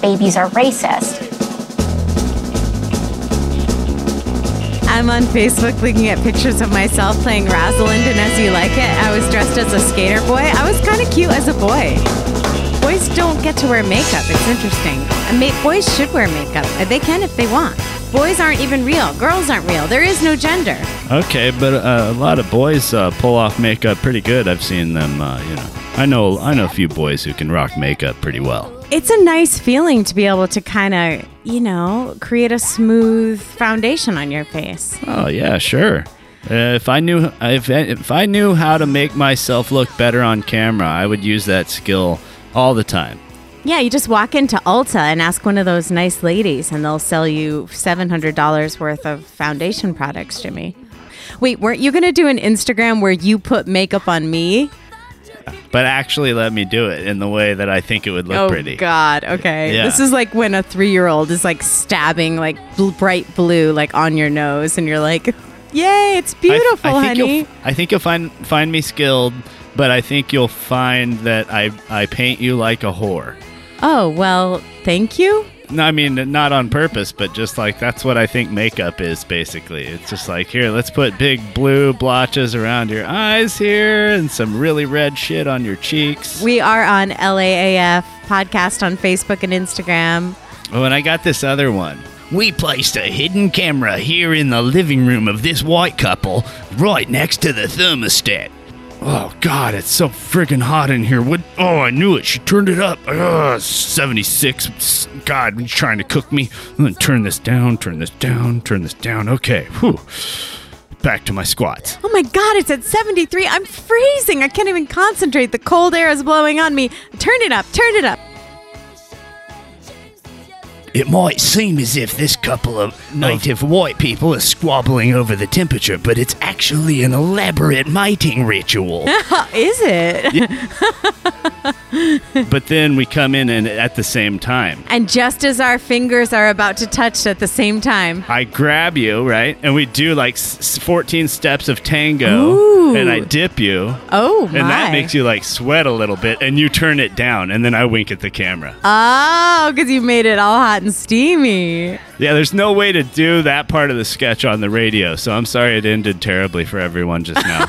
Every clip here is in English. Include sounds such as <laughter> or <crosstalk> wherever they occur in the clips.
babies are racist. I'm on Facebook looking at pictures of myself playing Rosalind and As You Like It. I was dressed as a skater boy. I was kind of cute as a boy. Boys don't get to wear makeup. It's interesting. I mean, boys should wear makeup. They can if they want. Boys aren't even real. Girls aren't real. There is no gender. Okay, but uh, a lot of boys uh, pull off makeup pretty good. I've seen them. Uh, you know, I know. I know a few boys who can rock makeup pretty well. It's a nice feeling to be able to kind of, you know, create a smooth foundation on your face. Oh yeah, sure. Uh, if I knew if if I knew how to make myself look better on camera, I would use that skill all the time. Yeah, you just walk into Ulta and ask one of those nice ladies, and they'll sell you $700 worth of foundation products, Jimmy. Wait, weren't you going to do an Instagram where you put makeup on me? But actually, let me do it in the way that I think it would look oh, pretty. God. Okay. Yeah. This is like when a three year old is like stabbing like bl- bright blue like on your nose, and you're like, yay, it's I- beautiful, I, think honey. You'll, I think you'll find find me skilled, but I think you'll find that I I paint you like a whore. Oh, well, thank you. No, I mean, not on purpose, but just like that's what I think makeup is basically. It's just like, here, let's put big blue blotches around your eyes here and some really red shit on your cheeks. We are on LAAF podcast on Facebook and Instagram. Oh, and I got this other one. We placed a hidden camera here in the living room of this white couple, right next to the thermostat. Oh God, it's so friggin' hot in here. What? Oh, I knew it. She turned it up. Ugh, 76. S- God, you trying to cook me? I'm gonna turn this down. Turn this down. Turn this down. Okay. Whew. Back to my squats. Oh my God, it's at 73. I'm freezing. I can't even concentrate. The cold air is blowing on me. Turn it up, turn it up. It might seem as if this couple of native white people are squabbling over the temperature, but it's actually an elaborate mating ritual. Huh, Is it? but then we come in and at the same time <laughs> And just as our fingers are about to touch at the same time, i grab you right and we do like s- s- 14 steps of tango Ooh. and i dip you oh my. and that makes you like sweat a little bit and you turn it down and then i wink at the camera Oh, because you made it all hot and steamy. yeah there's no way to do that part of the sketch on the radio so i'm sorry it ended terribly for everyone just <laughs> now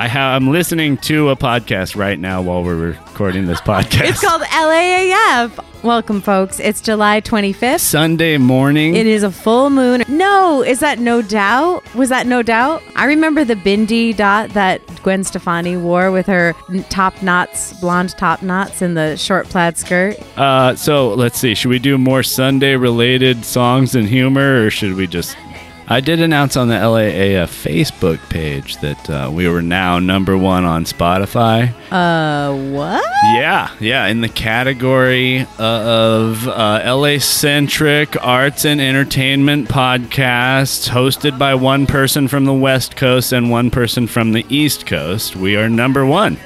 I ha- I'm listening to a podcast right now while we're recording this podcast. It's called LAAF. Welcome, folks. It's July 25th. Sunday morning. It is a full moon. No, is that no doubt? Was that no doubt? I remember the bindi dot that Gwen Stefani wore with her n- top knots, blonde top knots, and the short plaid skirt. Uh, so let's see. Should we do more Sunday related songs and humor, or should we just? I did announce on the LAAF Facebook page that uh, we were now number one on Spotify. Uh, what? Yeah, yeah, in the category uh, of uh, LA centric arts and entertainment podcasts hosted by one person from the West Coast and one person from the East Coast. We are number one.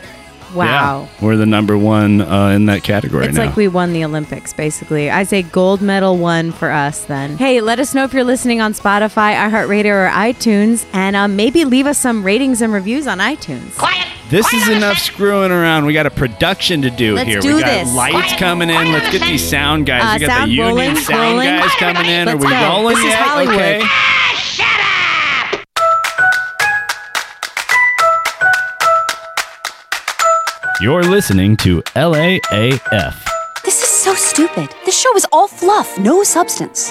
Wow. Yeah, we're the number one uh, in that category It's now. like we won the Olympics, basically. I say gold medal one for us then. Hey, let us know if you're listening on Spotify, iHeartRadio, or iTunes, and um, maybe leave us some ratings and reviews on iTunes. This is enough screwing around. We got a production to do Let's here. do we got this. lights coming in. Let's get these sound guys. Uh, we got sound the union rolling, sound rolling. guys coming in. Let's Are we go. rolling This is yet? Hollywood. Okay. You're listening to LAAF. This is so stupid. This show is all fluff, no substance.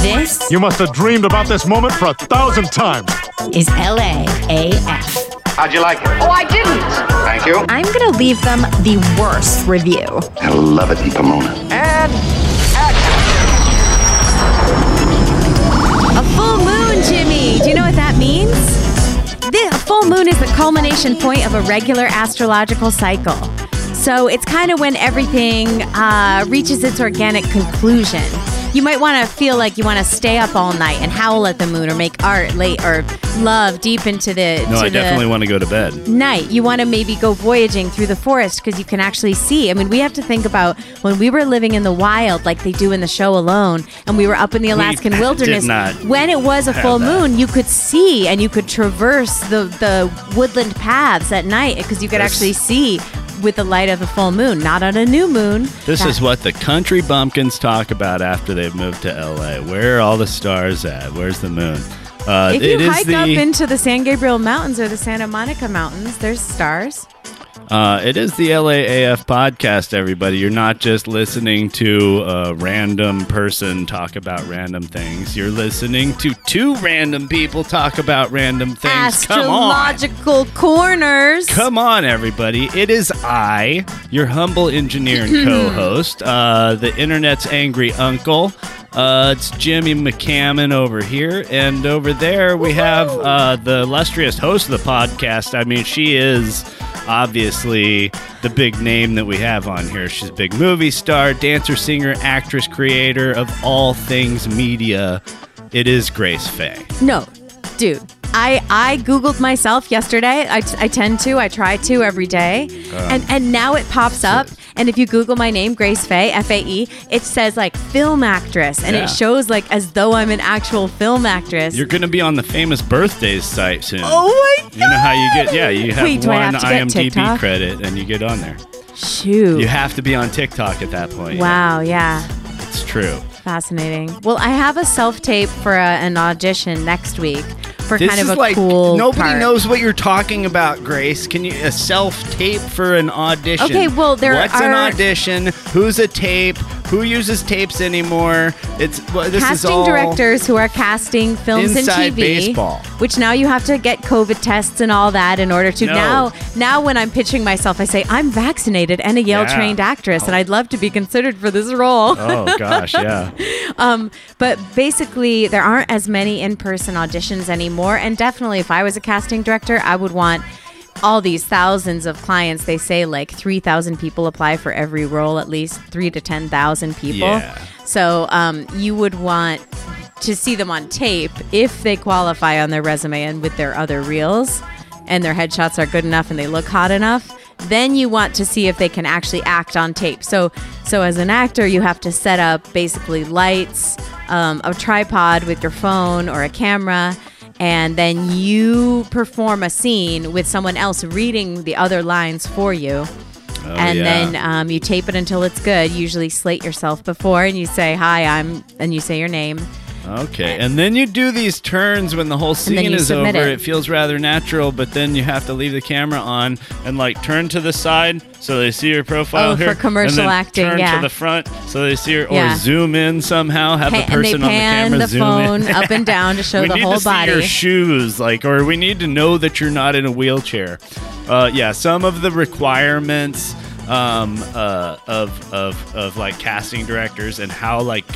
This You must have dreamed about this moment for a thousand times. is LAAF. How'd you like it? Oh, I didn't. Thank you. I'm gonna leave them the worst review. I love it in Pomona. A full moon, Jimmy. Do you know what that means? The full moon is the culmination point of a regular astrological cycle. So it's kind of when everything uh, reaches its organic conclusion. You might want to feel like you want to stay up all night and howl at the moon or make art late or love deep into the. No, to I the- definitely want to go to bed. night you want to maybe go voyaging through the forest because you can actually see i mean we have to think about when we were living in the wild like they do in the show alone and we were up in the alaskan <laughs> did wilderness not when it was a have full that. moon you could see and you could traverse the, the woodland paths at night because you could This- actually see with the light of a full moon not on a new moon This That- is what the country bumpkins talk about after they've moved to LA. Where are all the stars at? Where's the moon? Uh, if it you is hike the, up into the san gabriel mountains or the santa monica mountains there's stars Uh, it is the LAAF podcast, everybody. You're not just listening to a random person talk about random things. You're listening to two random people talk about random things. Come on. astrological corners Come on, everybody. It is I, your humble engineer and co host, uh, the internet's angry uncle. Uh, it's Jimmy McCammon over here. And over there, we have uh, the illustrious host of the podcast. I mean, she is obviously the big name that we have on here. She's a big movie star, dancer, singer, actress, creator of all things media. It is Grace Faye. No, dude. I, I googled myself yesterday. I, t- I tend to. I try to every day, Uh. and and now it pops up. And if you Google my name, Grace Faye, F A E, it says like film actress, and Yeah. it shows like as though I'm an actual film actress. You're going to be on the famous birthdays site soon. oh my god! You know how you get, yeah, you have Wait, do I one have to get IMDb TikTok? credit and you get on there. Shoot. You have to be on TikTok at that point. Wow. Yeah. It's true. Fascinating. Well, I have a self tape for a, an audition next week for This kind is of a like cool. nobody part. knows what you're talking about, Grace. Can you a self tape for an audition? Okay, well, there What's an are- audition? Who's a tape? Who uses tapes anymore? It's well, this is casting all directors who are casting films Inside and TV, baseball. which now you have to get COVID tests and all that in order to No. now. Now, when I'm pitching myself, I say I'm vaccinated and a Yale trained actress, and I'd love to be considered for this role. Oh gosh, yeah. But basically, there aren't as many in person auditions anymore. And definitely, if I was a casting director, I would want all these thousands of clients. They say like 3,000 people apply for every role, at least three to 10,000 people. Yeah. So um, you would want to see them on tape if they qualify on their resume and with their other reels and their headshots are good enough and they look hot enough then you want to see if they can actually act on tape so so as an actor you have to set up basically lights um, a tripod with your phone or a camera and then you perform a scene with someone else reading the other lines for you and yeah. then um, you tape it until it's good. Usually slate yourself before, and you say hi, I'm, and you say your name. Okay, and then you do these turns when the whole then scene you is over. submit It. it. feels rather natural, but then you have to leave the camera on and like turn to the side so they see your profile Oh, for here. commercial and then acting, turn yeah. to the front so they see your, or Yeah. zoom in somehow. Have Pa- the and they person on the pan camera the zoom phone in. <laughs> up and down to show we the need whole to see your body. shoes, like, or we need to know that you're not in a wheelchair. Uh, yeah, some of the requirements um, uh, of of of like casting directors and how like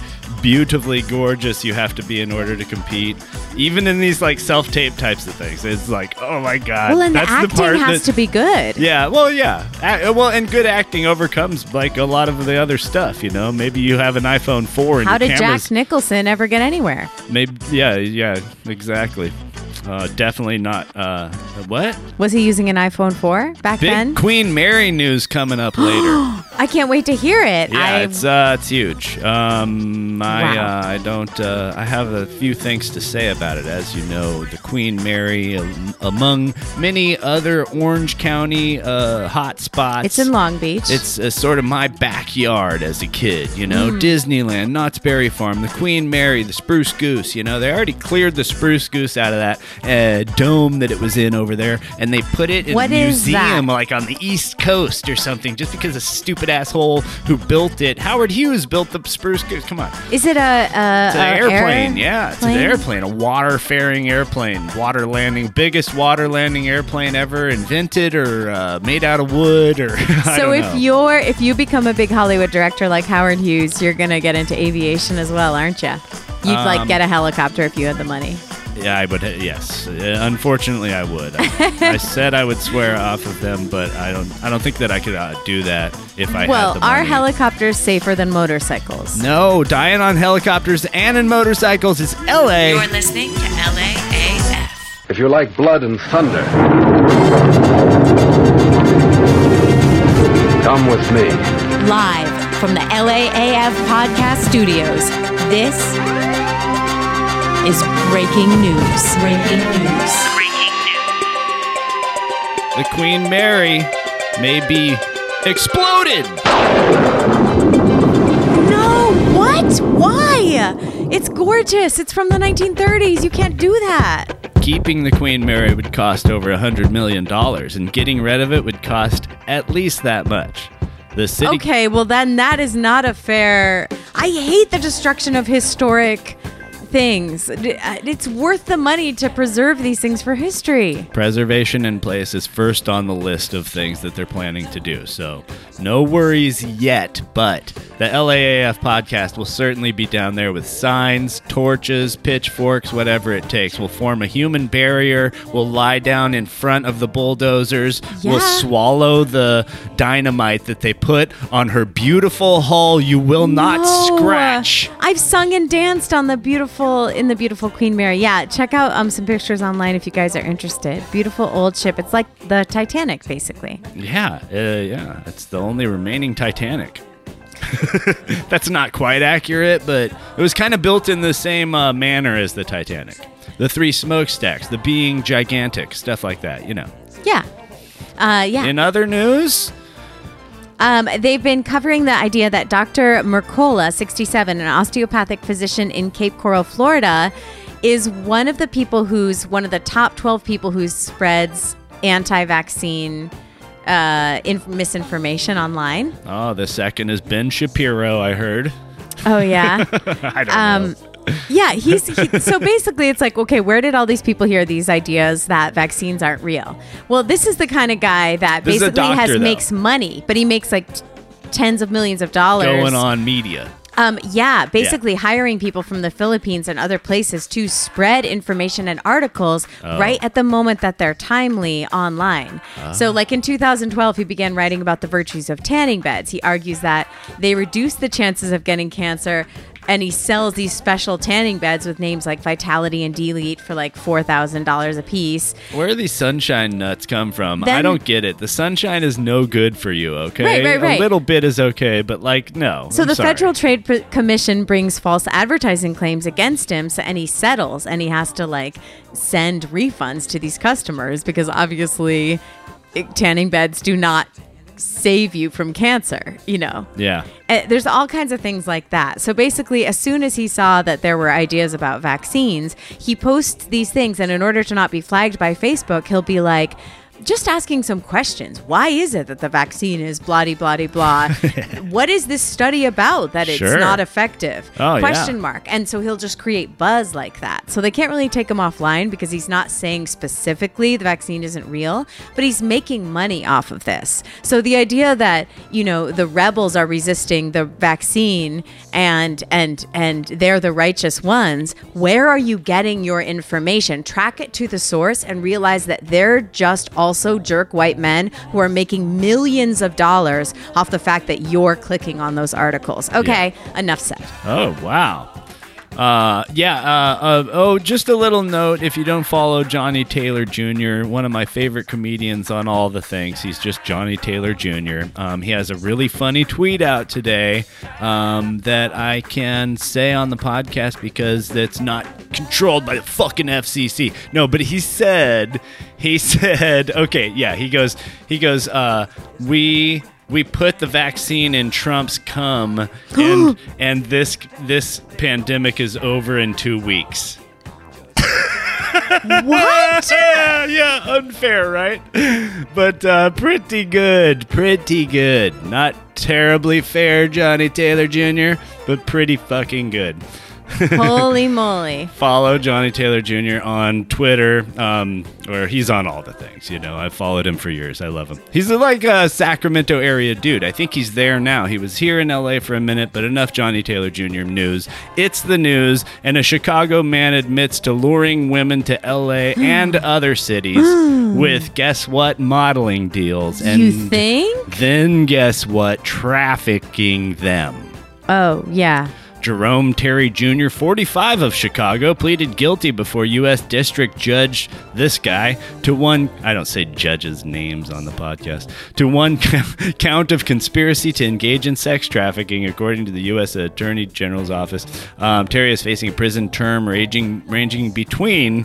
beautifully gorgeous you have to be in order to compete, even in these like self tape types of things. It's like, oh my god, Well, and that's the acting the part has that. to be good. yeah, well, yeah. A- uh, well, and good acting overcomes like a lot of the other stuff, you know. Maybe you have an iPhone 4 and How your did camera's Jack Nicholson ever get anywhere? Maybe, yeah, yeah, exactly. Uh, definitely not. Uh, what? Was he using an iPhone 4 back Big then? Queen Mary news coming up <gasps> later. I can't wait to hear it. yeah, I, it's uh, it's huge. Um, I Wow. uh, I don't. Uh, I have a few things to say about it. As you know, the Queen Mary, um, among many other Orange County uh, hot spots, it's in Long Beach. it's uh, sort of my backyard as a kid, you know. Hmm. Disneyland, Knott's Berry Farm, the Queen Mary, the Spruce Goose, you know. They already cleared the Spruce Goose out of that uh, dome that it was in over there, and they put it in What a is that? museum like on the East Coast or something, just because a stupid asshole who built it, Howard Hughes, built the Spruce Goose. Come on. Is it a, a, It's a an airplane, yeah. It's plane? an airplane, <laughs> a water faring airplane, water landing, biggest water landing airplane ever invented or uh, made out of wood or. <laughs> I So don't if know. you're if you become a big Hollywood director like Howard Hughes, you're gonna get into aviation as well, aren't you? You'd like get a helicopter if you had the money. Yeah, Um, I would. Yes, Uh, unfortunately, I would. I, <laughs> I said I would swear off of them, but I don't. I don't think that I could uh, do that if I well, had the our money. helicopter's safer than motorcycles. No, dying on helicopters and in motorcycles is L.A. You're listening to LAAF. If you like blood and thunder, come with me. Live from the LAAF podcast studios. This is breaking news. Breaking news. The Queen Mary may be exploded. No, what? Why? It's gorgeous. It's from the 1930s. You can't do that. Keeping the Queen Mary would cost over a hundred million dollars, and getting rid of it would cost at least that much. The city. Okay, well then that is not a fair. I hate the destruction of historic things. D- uh, It's worth the money to preserve these things for history. Preservation in place is first on the list of things that they're planning to do. So, no worries yet, but the LAAF podcast will certainly be down there with signs, torches, pitchforks, whatever it takes. We'll form a human barrier. We'll lie down in front of the bulldozers. We'll Yeah. swallow the dynamite that they put on her beautiful hull. You will not No. scratch. I've sung and danced on the beautiful in the beautiful Queen Mary. Yeah, check out um, some pictures online if you guys are interested. Beautiful old ship. It's like the Titanic, basically. Yeah, uh, yeah. It's the only remaining Titanic. That's not quite accurate, but it was kind of built in the same uh, manner as the Titanic. The three smokestacks, the being gigantic, stuff like that, you know. Yeah. Uh, yeah. In other news, Um, they've been covering the idea that Dr. Mercola, 67, an osteopathic physician in Cape Coral, Florida, is one of the people who's one of the top 12 people who spreads anti vaccine uh, inf- misinformation online. oh, the second is Ben Shapiro, I heard. Oh, yeah. <laughs> I don't know. Um, yeah, he's he, so basically it's like, okay, where did all these people hear these ideas that vaccines aren't real? Well, this is the kind of guy that This is a basically has doctor, though. makes money, but he makes like t- tens of millions of dollars Going on media. Um, yeah, basically hiring people from the Philippines and other places to spread information and articles right at the moment that they're timely online. So, like in 2012, he began writing about the virtues of tanning beds. He argues that they reduce the chances of getting cancer. And he sells these special tanning beds with names like Vitality and Delete for like four thousand dollars a piece. Where do these sunshine nuts come from? I Then- don't get it. The sunshine is no good for you, okay? Right, right, A right. little bit is okay, but like, no. So I'm the sorry. Federal Trade Pr- Commission brings false advertising claims against him, so, and he settles, and he has to like send refunds to these customers because obviously eh, tanning beds do not save you from cancer, you know. Yeah. Eh, There's all kinds of things like that. So basically, as soon as he saw that there were ideas about vaccines, he posts these things. And in order to not be flagged by Facebook, he'll be like, just asking some questions. Why is it that the vaccine is blah de blah de blah? what is this study about that it's Sure. not effective? Oh, yeah. Question mark. And so he'll just create buzz like that. So they can't really take him offline because he's not saying specifically the vaccine isn't real, but he's making money off of this. So the idea that, you know, the rebels are resisting the vaccine and and and they're the righteous ones, where are you getting your information? Track it to the source and realize that they're just also jerk white men who are making millions of dollars off the fact that you're clicking on those articles. Okay, enough said. Oh wow. Uh, yeah. Uh, uh, oh, just a little note. If you don't follow Johnny Taylor Jr., one of my favorite comedians on all the things, he's just Johnny Taylor Jr. Um, he has a really funny tweet out today um, that I can say on the podcast because that's not controlled by the fucking FCC. No, but he said, he <laughs> said, okay, yeah. He goes, he goes. Uh, we we put the vaccine in Trump's cum, and and this this pandemic is over in two weeks. What? <laughs> yeah, unfair, right? But uh, pretty good, pretty good. Not terribly fair, Johnny Taylor Jr., but pretty fucking good. <laughs> Holy moly. follow Johnny Taylor Jr. on Twitter, um, or he's on all the things. You know, I've followed him for years. I love him. He's like a Sacramento area dude. I think he's there now. He was here in LA for a minute, but enough Johnny Taylor Jr. news. It's the news, and a Chicago man admits to luring women to LA <gasps> and other cities with guess what modeling deals, and you think? then guess what trafficking them. Oh, yeah. Jerome Terry Jr., 45 of Chicago, pleaded guilty before U.S. District Judge this guy to one, I don't say judges' names on the podcast, to one <laughs> count of conspiracy to engage in sex trafficking, according to the U.S. Attorney General's office. Um, Terry is facing a prison term ranging, ranging between.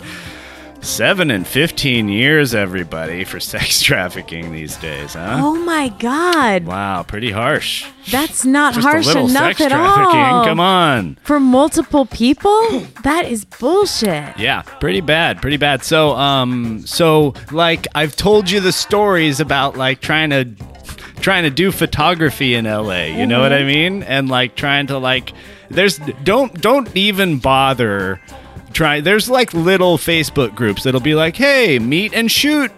Seven and 15 years, everybody, for sex <laughs> trafficking these days, huh? Oh my God. Wow, pretty harsh. That's not Just harsh a little enough sex at trafficking. all. Come on. For multiple people? That is bullshit. Yeah, pretty bad, pretty bad. So, um, so like I've told you the stories about like trying to trying to do photography in LA, you know what I Mm-hmm. mean? And like trying to like there's don't don't even bother try there's like little Facebook groups that'll be like, "Hey, meet and shoot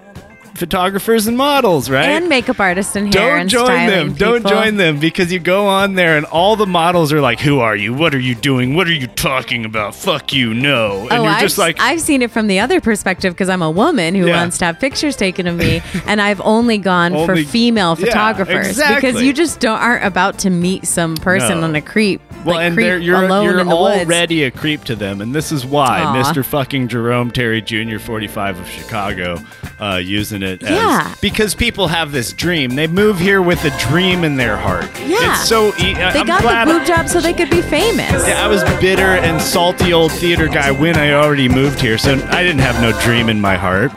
photographers and models," right? And makeup artists and hair don't and join styling them. Don't people. join them because you go on there and all the models are like, "Who are you? What are you doing? What are you talking about? Fuck you, no!" And oh, you're I've, just like, I've seen it from the other perspective because I'm a woman who Yeah. wants to have pictures taken of <laughs> me, and I've only gone Only- for female Yeah, photographers because exactly. you just don't aren't about to meet some person No. on a creep, Well, like and creep they're, you're, alone you're in the woods. already a creep to them, and this is why Aw. Mr. Fucking Jerome Terry Jr. 45 of Chicago uh, using it. As, Yeah. Because people have this dream. They move here with a dream in their heart. Yeah. It's so. E- I- They I'm got glad the boob job so they could be famous. Yeah, I was bitter and salty old theater guy when I already moved here, so I didn't have no dream in my heart.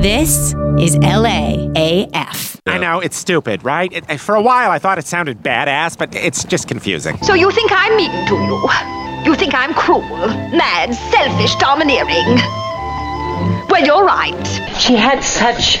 This is LAAF. I know, it's stupid, right? It, I- for a while, I thought it sounded badass, but it's just confusing. So you think I'm mean to you? You think I'm cruel, mad, selfish, domineering? Well, you're right. She had such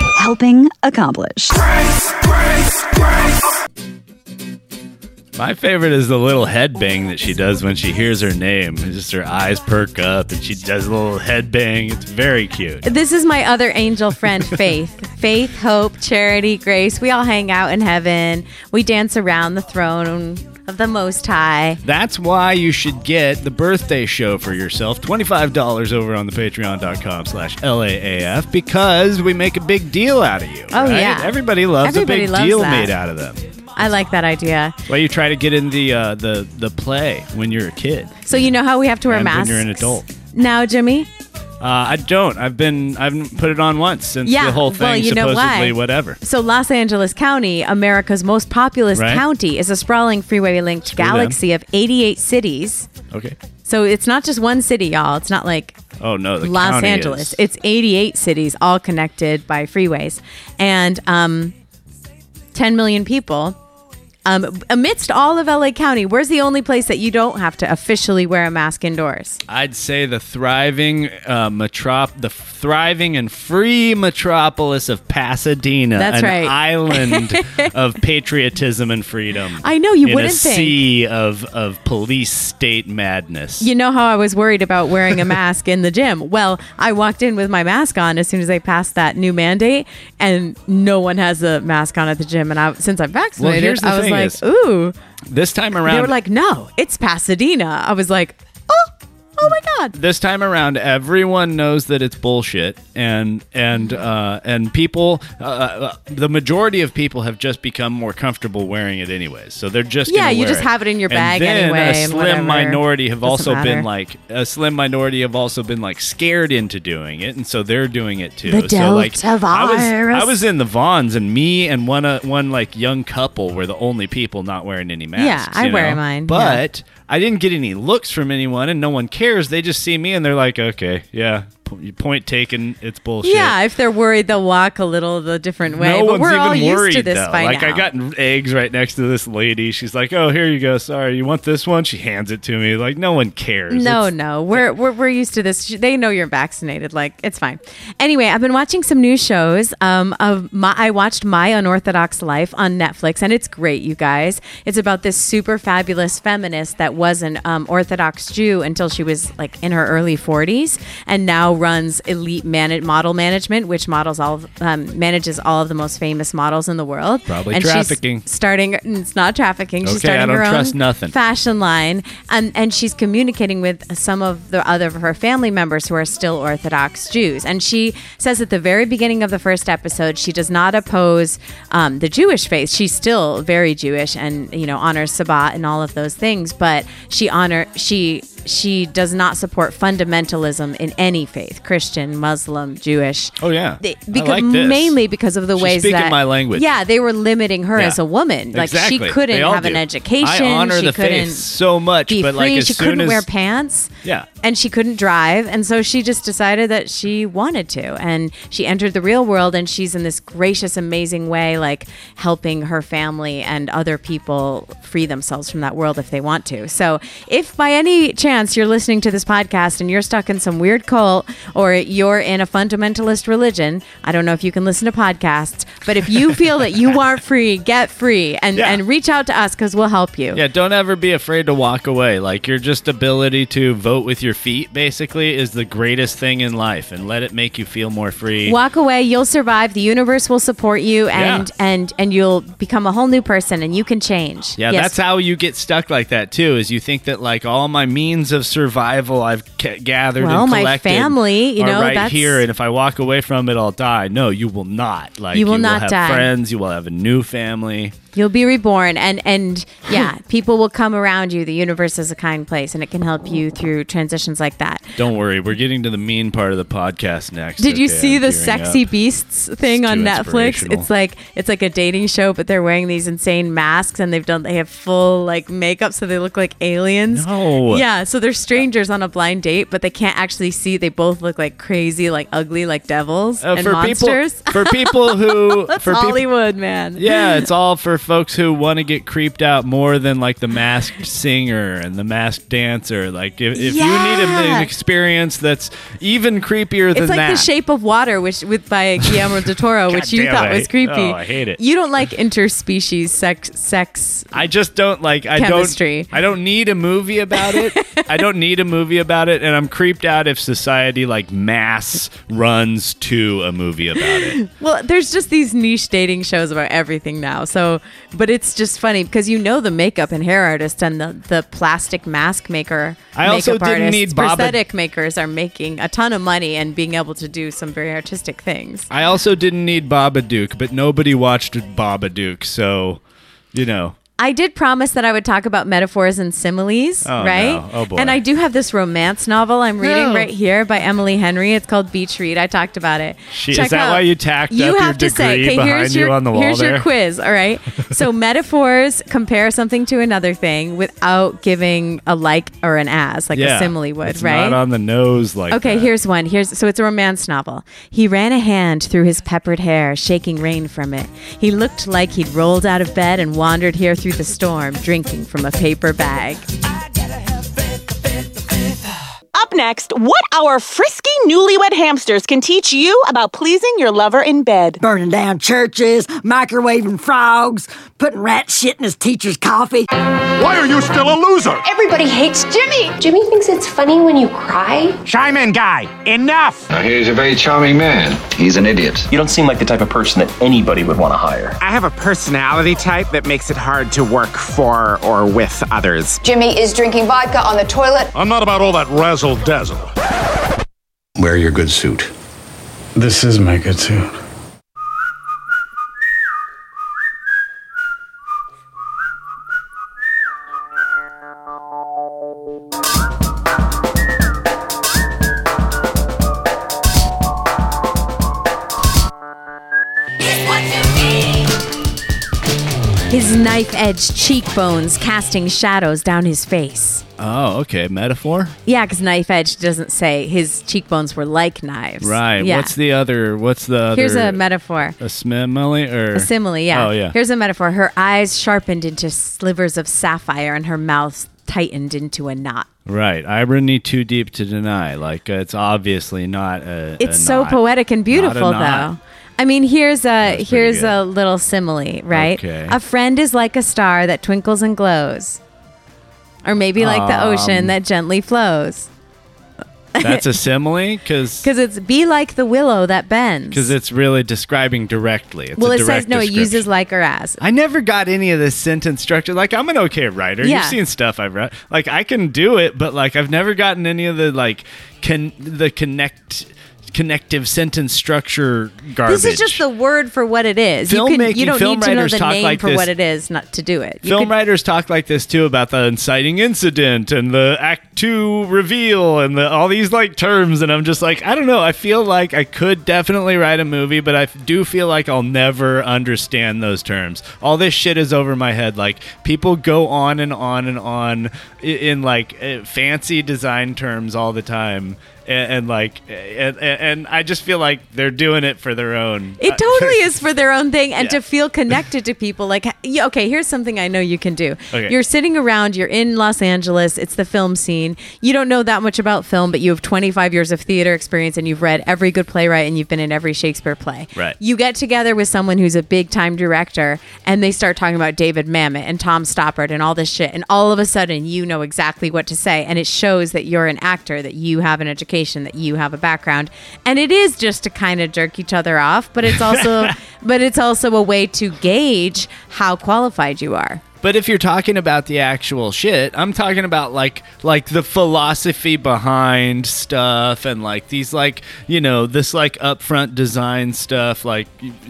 Helping accomplished. My favorite is the little head bang that she does when she hears her name. Just her eyes perk up and she does a little head bang. It's very cute. This is my other angel friend, Faith. <laughs> Faith, hope, charity, grace. We all hang out in heaven. We dance around the throne of the Most High. That's why you should get the birthday show for yourself. $25 over on the patreon.com slash LAAF because we make a big deal out of you. Oh, right? yeah. Everybody loves Everybody a big loves deal that. made out of them. I like that idea. Why you try to get in the uh, the the play when you're a kid. So you know how we have to wear And when masks you're an adult. Now, Jimmy. Uh, I don't. I've been I've put it on once since Yeah, the whole thing well, you know supposedly why. whatever. So Los Angeles County, America's most populous Right. county, is a sprawling freeway-linked them. galaxy of 88 cities. Okay. So it's not just one city, y'all. It's not like Oh no, the Los county Angeles. is- It's 88 cities all connected by freeways and um, 10 million people. Um, amidst all of LA County, where's the only place that you don't have to officially wear a mask indoors? I'd say the thriving uh, metrop, the thriving and free metropolis of Pasadena, That's an right. <laughs> island of patriotism and freedom. I know, you in wouldn't a think. sea of of police state madness. You know how I was worried about wearing <laughs> a mask in the gym? Well, I walked in with my mask on as soon as they passed that new mandate, and no one has a mask on at the gym. And I, since I'm vaccinated, here's the I was thing like, is- ooh. this time They around, were like, no, it's Pasadena. I was like, oh, Oh my god. This time around, everyone knows that it's bullshit, and and uh, and people, uh, uh, the majority of people have just become more comfortable wearing it anyways. So they're just Yeah, gonna you wear just have it in your And bag then anyway A and slim whatever. minority have Doesn't also matter. been like a slim minority have also been like scared into doing it, and so they're doing it too. The so like Delta I was virus. I was in the Vons, and me and one uh, one like young couple were the only people not wearing any masks. I you wear know? mine, yeah. but. I didn't get any looks from anyone, and no one cares. They just see me and they're like, "Okay, yeah, p- point taken. It's bullshit." Yeah, if they're worried, they'll walk a little the different way. no but one's we're all even worried used to this though. by like now. I got eggs right next to this lady. She's like, "Oh, here you go. Sorry, you want this one?" She hands it to me. Like no one cares. No, It's- no, we're, we're we're used to this. They know you're vaccinated. Like it's fine. Anyway, I've been watching some new shows. Um, of my, I watched My Unorthodox Life on Netflix, and it's great, you guys. It's about this super fabulous feminist that was an um, Orthodox Jew until she was like in her early 40s, and now runs elite man- model management, which models all of- um, manages all of the most famous models in the world. Probably and she's trafficking. Starting, it's not trafficking. She's Okay, I starting don't her own trust nothing. fashion line and and she's communicating with some of the other of her family members who are still orthodox jews and she says at the very beginning of the first episode she does not oppose um, the jewish faith she's still very jewish and you know honors sabbat and all of those things but she honor she she does not support fundamentalism in any faith christian muslim jewish Oh yeah. they- I because like this. mainly because of the She's ways speaking that my language. Yeah, they were limiting her Yeah. as a woman. Like exactly. she couldn't They all have an do. education. I honor she the couldn't faith so much, be but free. like as she soon couldn't as wear pants. Yeah. And she couldn't drive. And so she just decided that she wanted to. And she entered the real world and she's in this gracious, amazing way, like helping her family and other people free themselves from that world if they want to. So if by any chance you're listening to this podcast and you're stuck in some weird cult or you're in a fundamentalist religion, I don't know if you can listen to podcasts, but if you feel that you aren't free, get free and, Yeah. and reach out to us because we'll help you. Yeah, don't ever be afraid to walk away. Like your just ability to vote with your feet basically is the greatest thing in life and let it make you feel more free. walk away you'll survive the universe will support you and Yeah. and and you'll become a whole new person and you can change Yeah, that's how you get stuck like that too. Is you think that like all my means of survival I've ca- gathered Well, and my collected family, you are know, right that's- here, and if I walk away from it, I'll die. No, you will not. Like You will not have die. Friends, you will have a new family. you'll be reborn and and yeah people will come around you the universe is a kind place and it can help you through transitions like that Don't worry, we're getting to the mean part of the podcast next. did you okay? see I'm the gearing sexy up. beasts thing It's on too netflix inspirational. it's like it's like a dating show but they're wearing these insane masks and they've done they have full like makeup so they look like aliens No. yeah so they're strangers on a blind date but they can't actually see they both look like crazy like ugly like devils Uh, and for monsters people for people who <laughs> That's for people Hollywood, man. <laughs> Yeah, it's all for folks who want to get creeped out more than like the masked singer and the masked dancer. Like if, if you need a- Yeah. an experience that's even creepier than It's like that. The Shape of Water, which with <laughs> by Guillermo del Toro, which you damn, thought I was hate- creepy. oh, I hate it. You don't like interspecies sex, sex. I just don't like I Chemistry. don't I don't need a movie <laughs> about it. I don't need a movie about it and I'm creeped out if society like mass runs to a movie about <laughs> it. Well, there's just these niche dating shows about everything now. So, but it's just funny because you know the makeup and hair artist and the, the plastic mask maker. I also makeup didn't artists, need Bob- prosthetic makers are making a ton of money and being able to do some very artistic things. I also didn't need Babadook, but nobody watched Babadook, so you know. I did promise that I would talk about metaphors and similes, Oh, right? no. Oh, boy. And I do have this romance novel I'm reading No. right here by Emily Henry. It's called Beach Read. I talked about it. She- is that why you tacked up your degree "Okay, behind here's you your, on the wall Here's your there?" quiz, all <laughs> right? so metaphors compare something to another thing without giving a like or an as, like a simile would, it's right? Not on the nose like Okay, that. here's one. Here's so it's a romance novel. He ran a hand through his peppered hair, shaking rain from it. He looked like he'd rolled out of bed and wandered here through the storm, drinking from a paper bag. Up next what our frisky newlywed hamsters can teach you about pleasing your lover in bed. Burning down churches, microwaving frogs, putting rat shit in his teacher's coffee. Why are you still a loser? Everybody hates Jimmy. Jimmy thinks it's funny when you cry. Shyman guy, enough! He's a very charming man. He's an idiot. You don't seem like the type of person that anybody would want to hire. I have a personality type that makes it hard to work for or with others. Jimmy is drinking vodka on the toilet. I'm not about all that razzle dazzle. Wear your good suit. This is my good suit. His knife edged cheekbones casting shadows down his face. Oh, okay. Metaphor? Yeah, because knife edge doesn't say his cheekbones were like knives. Right. Yeah. What's the other? What's the other? Here's a metaphor. A simile or? A simile, yeah. Oh, yeah. Here's a metaphor. Her eyes sharpened into slivers of sapphire and her mouth tightened into a knot. right. Irony too deep to deny. Like, uh, it's obviously not a. It's a so knot. poetic and beautiful, Not a knot. though. I mean, here's a pretty here's good. a little simile, right? Okay. A friend is like a star that twinkles and glows, or maybe like the Um, ocean that gently flows, <laughs> That's a simile? Because. because it's be like the willow that bends. Because it's really describing directly. It's well, a it says direct no. It description. uses like or as. I never got any of this sentence structure. Like I'm an okay writer. Yeah. You've seen stuff I've read. Like I can do it, but like I've never gotten any of the like con- the connect connective sentence structure garbage. This is just the word for what it is. You, can, Filmmaking- you don't film need to know writers the talk name like for this. what it is not to do it. You Film could- writers talk like this too about the inciting incident and the act two reveal and the, all these like terms. And I'm just like, I don't know. I feel like I could definitely write a movie, but I f- do feel like I'll never understand those terms. All this shit is over my head. Like people go on and on and on i- in like uh, fancy design terms all the time. And, and like, eh, and, and- and I just feel like they're doing it for their own. It totally is for their own thing and Uh, Yeah. to feel connected to people. Like, yeah, okay, here's something I know you can do. Okay. You're sitting around, you're in Los Angeles, it's the film scene. You don't know that much about film, but you have 25 years of theater experience and you've read every good playwright and you've been in every Shakespeare play. Right. You get together with someone who's a big time director and they start talking about David Mamet and Tom Stoppard and all this shit. And all of a sudden, you know exactly what to say. And it shows that you're an actor, that you have an education, that you have a background. And it is just to kind of jerk each other off, but it's also. But it's also a way to gauge how qualified you are. But if you're talking about the actual shit, I'm talking about like like the philosophy behind stuff and like these like you know this like upfront design stuff like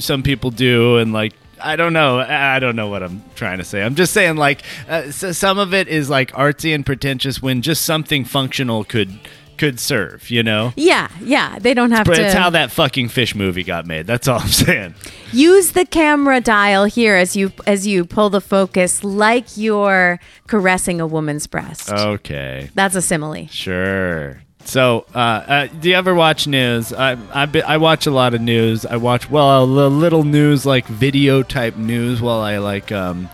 some people do and like I don't know I don't know what I'm trying to say. I'm just saying like uh, s- some of it is like artsy and pretentious when just something functional could could serve, you know. Yeah, yeah. They don't have But to. it's how that fucking fish movie got made. That's all I'm saying. Use the camera dial here as you as you pull the focus, like you're caressing a woman's breast. Oh. Okay. That's a simile. Sure. So, uh, uh, do you ever watch news? I I, be, I watch a lot of news. I watch well a li- little news like video type news while I like um.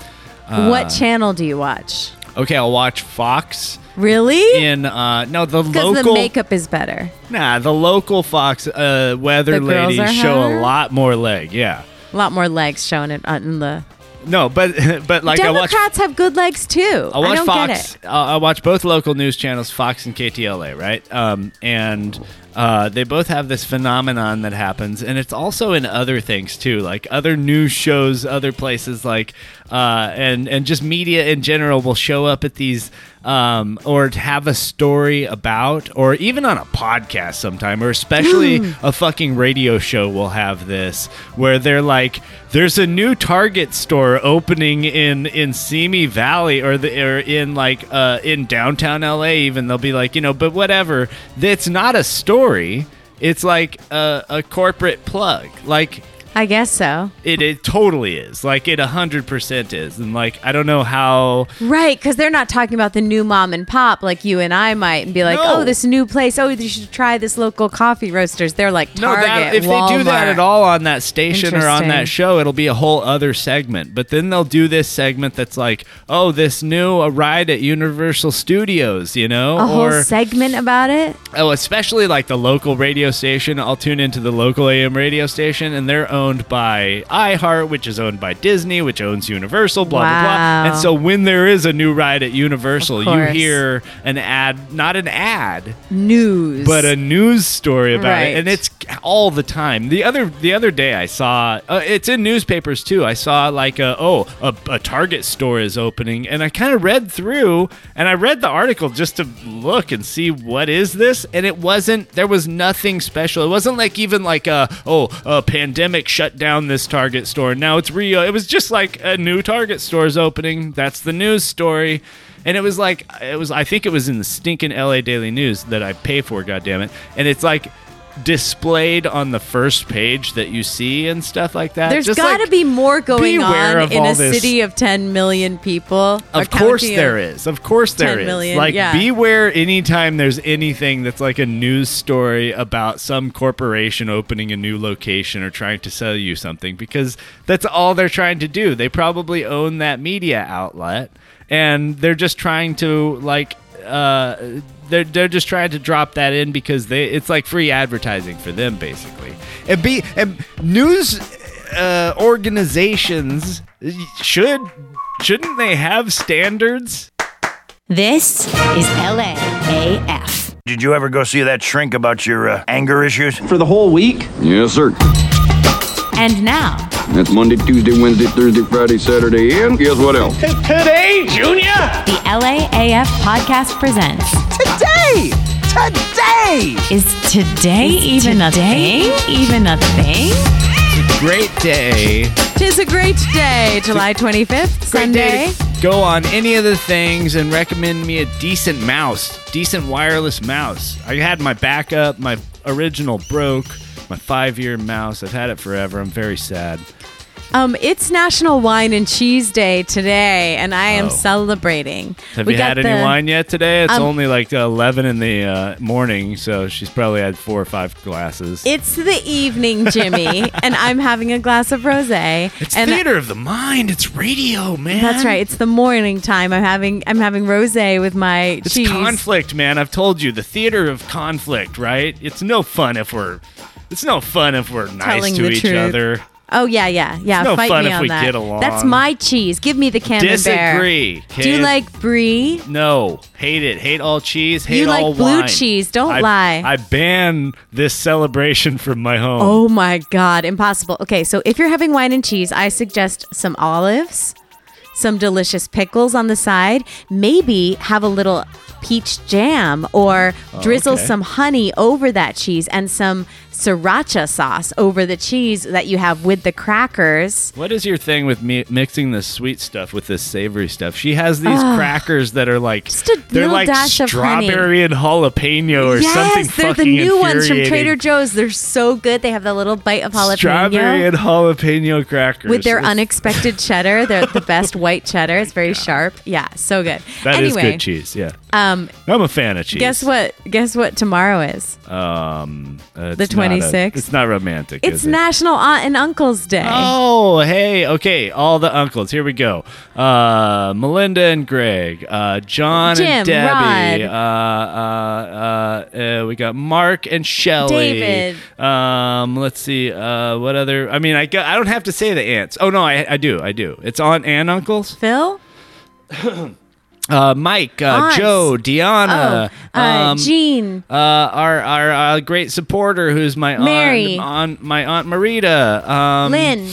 uh, what channel do you watch? Okay, I'll watch Fox. Really? In uh, no the Because the local makeup is better. nah the local Fox uh, weather The girls ladies are show hotter? a lot more leg. Yeah. A lot more legs shown in, uh, in the. No, but but <laughs> like I watch Democrats have good legs too. I watch don't Fox. uh, get it. I I watch both local news channels, Fox and KTLA, right? Um, and uh, they both have this phenomenon that happens, and it's also in other things too, like other news shows, other places, like uh, and and just media in general will show up at these. Um, or have a story about, or even on a podcast sometime, or especially a fucking radio show will have this where they're like there's a new target store opening in in simi valley or the or in like uh in downtown la even they'll be like you know but whatever that's not a story it's like a, a corporate plug like I guess so. It, it totally is. Like, it 100% is. And, like, I don't know how. Right, because they're not talking about the new mom and pop like you and I might and be like, No. oh, this new place. Oh, you should try this local coffee roasters. They're like No, Target, that, if they do that Walmart. at all on that station or on Interesting. that show, it'll be a whole other segment. But then they'll do this segment that's like, oh, this new a ride at Universal Studios, you know? a whole or, segment about it. Oh, especially like the local radio station. I'll tune into the local AM radio station, and they're owned by iHeart, which is owned by Disney, which owns Universal, blah, blah, Wow. blah. And so when there is a new ride at Universal, you course. hear an ad, not an ad, News, but a news story about Right. it, and it's all the time. The other the other day, I saw uh, it's in newspapers too. I saw like a, oh a, a Target store is opening, and I kind of read through and I read the article just to look and see what is this, and it wasn't there was nothing special. It wasn't like even like a oh a pandemic shut down this Target store. Now it's real. It was just like a new Target store is opening. That's the news story. And it was like it was I think it was in the stinking LA Daily News that I pay for, goddammit. And it's like displayed on the first page that you see and stuff like that. There's Just got to like- be more going beware on of in all a this- city of 10 million people. or Of course county there of- is. Of course there 10 is. million, like yeah. beware anytime there's anything that's like a news story about some corporation opening a new location or trying to sell you something because that's all they're trying to do. They probably own that media outlet and they're just trying to like uh they're, they're just trying to drop that in because they it's like free advertising for them basically and be and news uh, organizations should shouldn't they have standards This is LAAF. Did you ever go see that shrink about your uh, anger issues? For the whole week? Yes, sir. And now, That's Monday, Tuesday, Wednesday, Thursday, Friday, Saturday, and guess what else? today, Junior, the LAAF podcast presents Today! Today! Is today even a thing? Even a thing? it's a great day Tis a great day, July 25th, Sunday. go on any of the things and recommend me a decent mouse decent wireless mouse i had my backup my original broke my five year mouse i've had it forever i'm very sad Um, it's National Wine and Cheese Day today, and I am Oh. celebrating. Have We you got had any the- wine yet today? It's Um, only like eleven in the uh, morning, so she's probably had four or five glasses. It's the evening, <laughs> Jimmy, and I'm having a glass of rosé. It's and theater of the mind. It's radio, man. That's right. It's the morning time. I'm having I'm having rosé with my It's cheese. conflict, man. I've told you the theater of conflict, right? It's no fun if we're it's no fun if we're nice Telling to the each truth. other. Oh yeah, yeah, yeah. It's no Fight fun me if on we that. get along. That's my cheese. Give me the camembert. Disagree, Do you kid. like brie? No, hate it. Hate all cheese. Hate You like all blue wine. cheese. Don't I- lie. I ban this celebration from my home. Oh my god, impossible. Okay, so if you're having wine and cheese, I suggest some olives, some delicious pickles on the side, maybe have a little peach jam or Oh, drizzle okay. some honey over that cheese and some sriracha sauce over the cheese that you have with the crackers. What is your thing with me mixing the sweet stuff with this savory stuff? She has these Ugh. crackers that are like they're Ah. little like dash of honey. strawberry and jalapeno or something yes, they're the fucking new ones from infuriating. Trader Joe's. They're so good. They have that little bite of jalapeno. Strawberry and jalapeno crackers with their It's- unexpected cheddar. They're the best white cheddar. It's very sharp. Yeah, so good. That is anyway, good cheese. Yeah, Um, I'm a fan of cheese. guess what? Guess what? Tomorrow is. Um, uh, The it's not a- 26th? It's not romantic. It's is it? National Aunt and Uncle's Day. Oh, hey, okay, all the uncles. Here we go. Uh, Melinda and Greg, uh, John Jim, and Debbie, uh, uh, uh, uh, we got Mark and Shelly. David. Um, let's see, uh, what other? I mean, I go, I don't have to say the aunts. Oh no, I, I do, I do. It's aunt and uncles. Phil. Uh, Mike, uh, Aunts. Joe, Deanna, Oh, uh, Jean. uh, our our uh, great supporter, who's my Mary. aunt, aunt my aunt Marita, um, Lynn.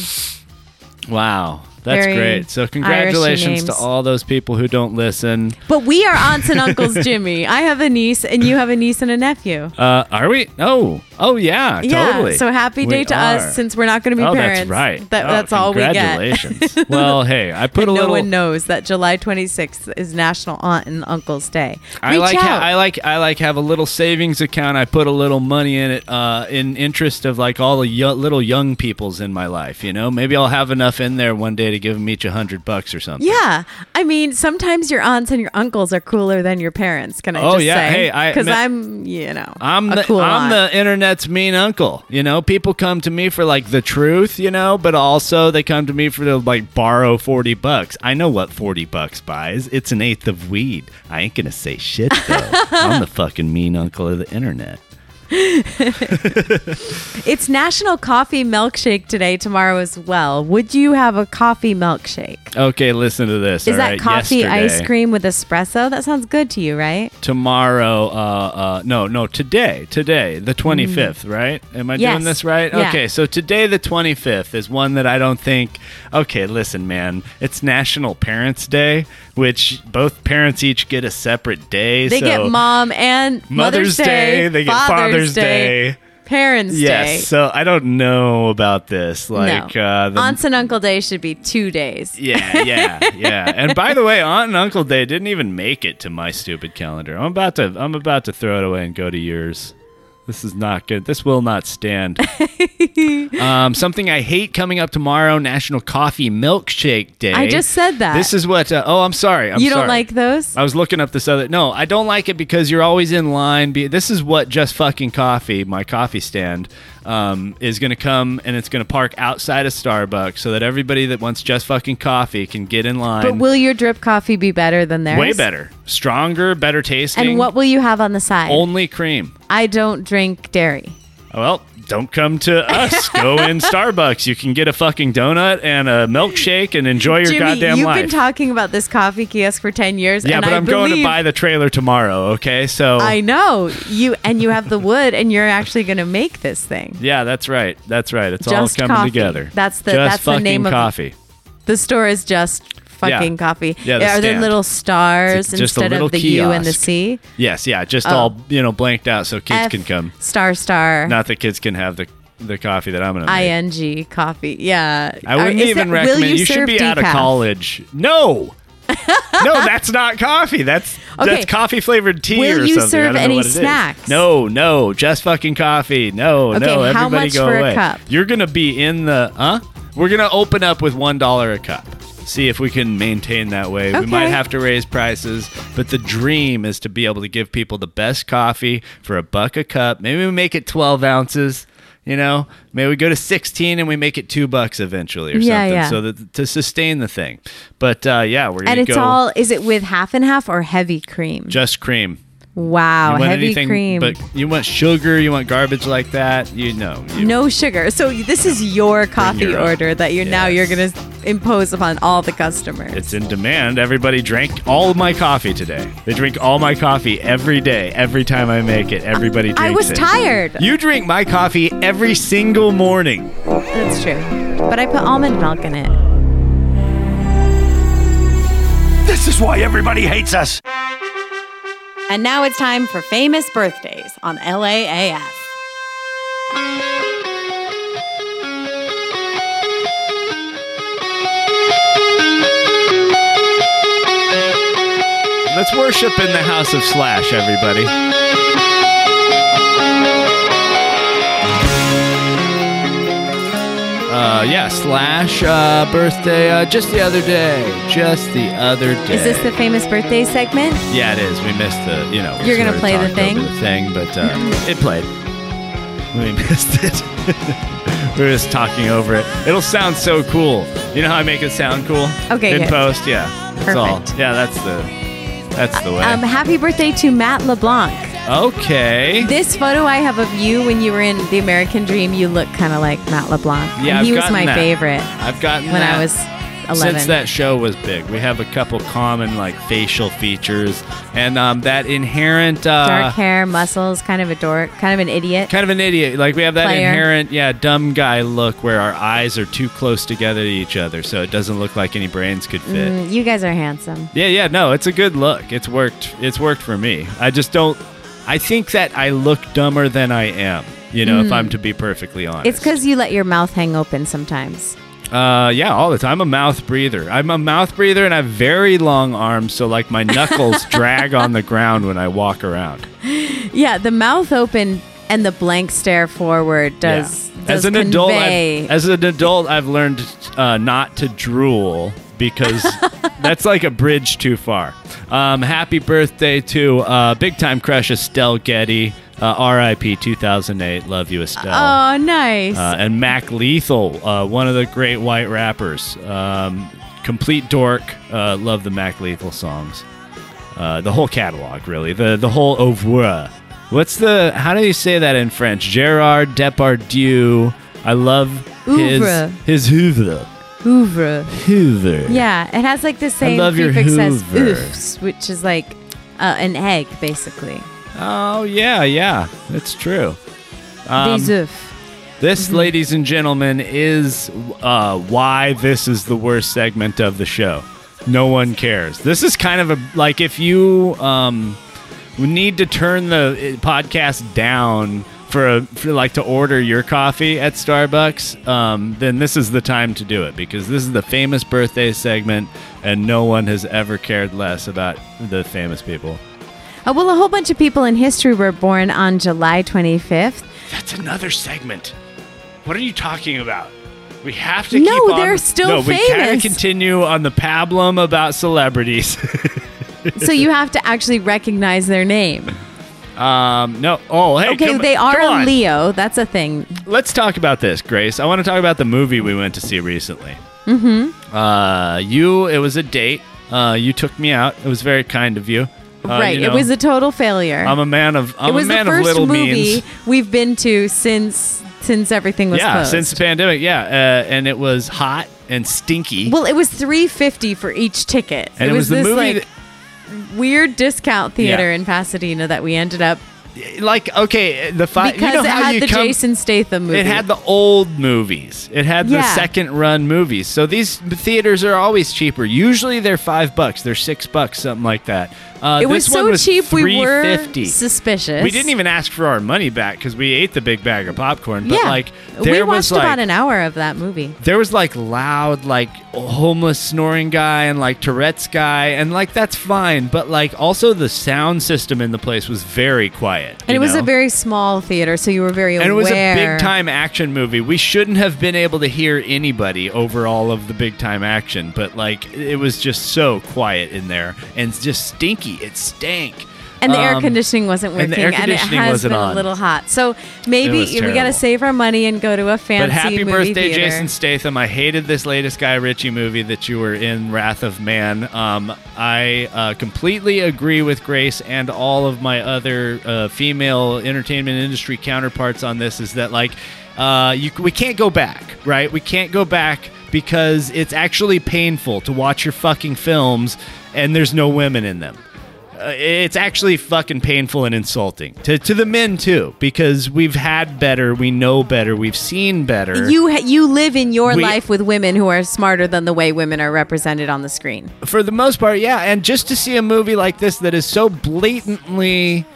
Wow. That's Very great. So Irishy congratulations to names. all those people who don't listen. But we are aunts and <laughs> uncles, Jimmy. I have a niece, and you have a niece and a nephew. Uh, are we? Oh, oh yeah, yeah. totally. So happy We day to are. us since we're not going to be oh, parents. that's right. That, Oh, that's all we get. <laughs> Congratulations. well, hey, I put a no little. one knows that July 26th is National Aunt and Uncle's Day. I Reach like ha- out. I like I like have a little savings account. I put a little money in it uh, in interest of like all the yo- little young peoples in my life. You know, maybe I'll have enough in there one day to give them each a hundred bucks or something. yeah, I mean, sometimes your aunts and your uncles are cooler than your parents. Can I Oh, just yeah. say? Hey, I- because ma- I'm, you know, I'm a the cool I'm aunt. the internet's mean uncle. You know, people come to me for like the truth, you know, but also they come to me for to like borrow forty bucks. I know what forty bucks buys. It's an eighth of weed. I ain't gonna say shit <laughs> though. I'm the fucking mean uncle of the internet. It's National Coffee Milkshake today, tomorrow as well. Would you have a coffee milkshake? Okay, listen to this. Is all that right? coffee Yesterday- ice cream with espresso? That sounds good to you, right? tomorrow uh, uh no no today today the 25th right am i Hmm. Yes. doing this right Yeah. okay so today the 25th is one that i don't think okay listen man it's national parents day which both parents each get a separate day They so get mom and Mother's, Mother's Day, they get Father's Day. Parents' yes Day. so i don't know about this like uh the, Aunts and Uncle Day should be two days. <laughs> yeah, yeah, yeah. And by the way, Aunt and Uncle Day didn't even make it to my stupid calendar. I'm about to I'm about to throw it away and go to yours. This is not good. This will <laughs> not stand. um, something I hate coming up tomorrow, National Coffee Milkshake Day. I just said that. This is what. Uh, oh, I'm sorry. I'm you don't sorry. like those? I was looking up this other. No, I don't like it because you're always in line. Be, this is what just fucking coffee, my coffee stand, um, is going to come and it's going to park outside of Starbucks so that everybody that wants just fucking coffee can get in line. But will your drip coffee be better than theirs? Way better, stronger, better tasting. And what will you have on the side? Only cream. I don't drink dairy. Well, don't come to <laughs> us. Go in Starbucks. You can get a fucking donut and a milkshake and enjoy your Jimmy, goddamn you've life. been talking about this coffee kiosk for 10 years. yeah, and but I am believe, going to buy the trailer tomorrow. Okay, so I know. you And you <laughs> have the wood, and you're actually going to make this thing. Yeah, that's right. That's right. It's Just all coming coffee. together. That's the- just that's the fucking name of- coffee. The store is just fucking Yeah. coffee. Yeah, the Are there stand. little stars It's just a instead little of the U and the kiosk. C? Yes, yeah, just Oh. all you know, blanked out so kids F can come. Star star. Not that kids can have the the coffee that I'm gonna. Make. ing coffee. Yeah. I wouldn't uh, Is even that- recommend. Will you, should serve be out of decaf? college. <laughs> No. no, that's not coffee. That's Okay. that's coffee flavored tea Will or you something. I serve don't know any what it is. snacks? No, no, just fucking coffee. No, Okay, no, how everybody much go for a away. cup? You're gonna be in the huh? We're gonna open up with one dollar a cup. See if we can maintain that way. We might Okay. have to raise prices, but the dream is to be able to give people the best coffee for a buck a cup. Maybe we make it twelve ounces. You know, maybe we go to sixteen and we make it two bucks eventually or Yeah, something. yeah. So that to sustain the thing. But uh, yeah, we're gonna And it's go all, is it with half and half or heavy cream? just cream. Wow. you want Oh, Heavy anything, cream. but you want sugar, you want garbage like that. You know, you- no sugar. So this is your coffee your own. order that you're now you're going to impose upon all the customers. it's in demand. Everybody drank all of my coffee today. They drink all my coffee every day, every time I make it. Everybody drinks I was it. tired. You drink my coffee every single morning. That's true. But I put almond milk in it. This is why everybody hates us. And now it's time for famous birthdays on LAAF. Let's worship in the house of Slash, everybody. Uh, yeah, Slash uh, birthday uh, just the other day. Just the other day. Is this the famous birthday segment? Yeah, it is. We missed the, you know. we You're gonna sort of play the talked over thing? The thing, but uh, <laughs> it played. We missed it. <laughs> we were just talking over it. It'll sound so cool. You know how I make it sound cool? Okay, In good. post, yeah. That's all. Yeah, that's the. That's the way. Um, happy birthday to Matt LeBlanc. okay. This photo I have of you when you were in The American Dream, you look kind of like Matt LeBlanc. yeah, And he was I've gotten my that. favorite I've gotten when I that. was 11. Since that show was big, we have a couple common like facial features and um, that inherent uh, Dark hair, muscles, kind of a dork, kind of an idiot. kind of an idiot. Like we have that Player. inherent, yeah, dumb guy look where our eyes are too close together to each other, so it doesn't look like any brains could fit. Mm, you guys are handsome. Yeah, yeah, no, it's a good look. It's worked. It's worked for me. I just don't. I think that I look dumber than I am. You know, if Mm. I'm to be perfectly honest. It's because you let your mouth hang open sometimes. Uh, yeah, all the time. I'm a mouth breather. I'm a mouth breather, and I have very long arms, so like <laughs> my knuckles drag on the ground when I walk around. Yeah, the mouth open and the blank stare forward does. Yeah. does as an adult, convey- I've, as an adult, I've learned uh, not to drool because <laughs> that's like a bridge too far. Um, happy birthday to uh, big time crush Estelle Getty, uh, R.I.P. 2008. Love you, Estelle. oh, nice. Uh, and Mac Lethal, uh, one of the great white rappers. Um, complete dork. Uh, love the Mac Lethal songs. Uh, the whole catalog, really. The the whole oeuvre. What's the? How do you say that in French? Gerard Depardieu. I love Oeuvre. his his oeuvre. Ouvre. Hoover. Yeah, it has like the same love your prefix as Hoover. oofs, which is like uh, an egg, basically. Oh yeah, yeah. That's true. Um, Des oeufs. This, ladies and gentlemen, is uh, why this is the worst segment of the show. No one cares. This is kind of a like if you um, need to turn the uh, podcast down for, a, for like to order your coffee at Starbucks, um, then this is the time to do it because this is the famous birthday segment, and no one has ever cared less about the famous people. Uh, well, a whole bunch of people in history were born on July <laughs> 25th. That's another segment. What are you talking about? We have to No, keep on- they're still no, we gotta famous. continue on the pablum about celebrities. <laughs> so you have to actually recognize their name. um, no. Oh, hey. okay, come- they are come a on. Leo. That's a thing. Let's talk about this, Grace. I want to talk about the movie we went to see recently. Mm hmm. Uh, you. It was a date. Uh, you took me out. It was very kind of you. Uh, right. you It know, was a total failure. I'm a man of. I'm it was a man the of first little movie means. we've been to since since everything was Yeah, closed. since the pandemic. Yeah, uh, and it was hot and stinky. well, it was three fifty for each ticket. And it was the this movie like weird discount theater in Pasadena that we ended up like okay the five because you know it how had you the come, Jason Statham movie. It had the old movies. It had the Yeah. second run movies. So these theaters are always cheaper. Usually they're five bucks. They're six bucks, something like that. Uh, it was this so one was cheap we were $3.50. suspicious. We didn't even ask for our money back because we ate the big bag of popcorn. But yeah. like we there watched was like about an hour of that movie. there was like loud like homeless snoring guy and like tourette's guy and like that's fine but like also the sound system in the place was very quiet And it you was know? a very small theater, so you were very and it was aware. a big time action movie. We shouldn't have been able to hear anybody over all of the big time action, but like it was just so quiet in there and it's just stinky. It stank. And the air Um, conditioning wasn't working, and the air conditioning it has wasn't been on. a little hot. So It maybe was we got to terrible. save our money and go to a fancy But happy movie birthday, theater. Jason Statham! I hated this latest Guy Ritchie movie that you were in, Wrath of Man. Um, I uh, completely agree with Grace and all of my other uh, female entertainment industry counterparts on this. Is that like, uh, you, we can't go back, right? We can't go back because it's actually painful to watch your fucking films and there's no women in them. Uh, it's actually fucking painful and insulting to, to the men too because we've had better we know better we've seen better You ha- you live in your We- life with women who are smarter than the way women are represented on the screen. for the most part, yeah. And just to see a movie like this that is so blatantly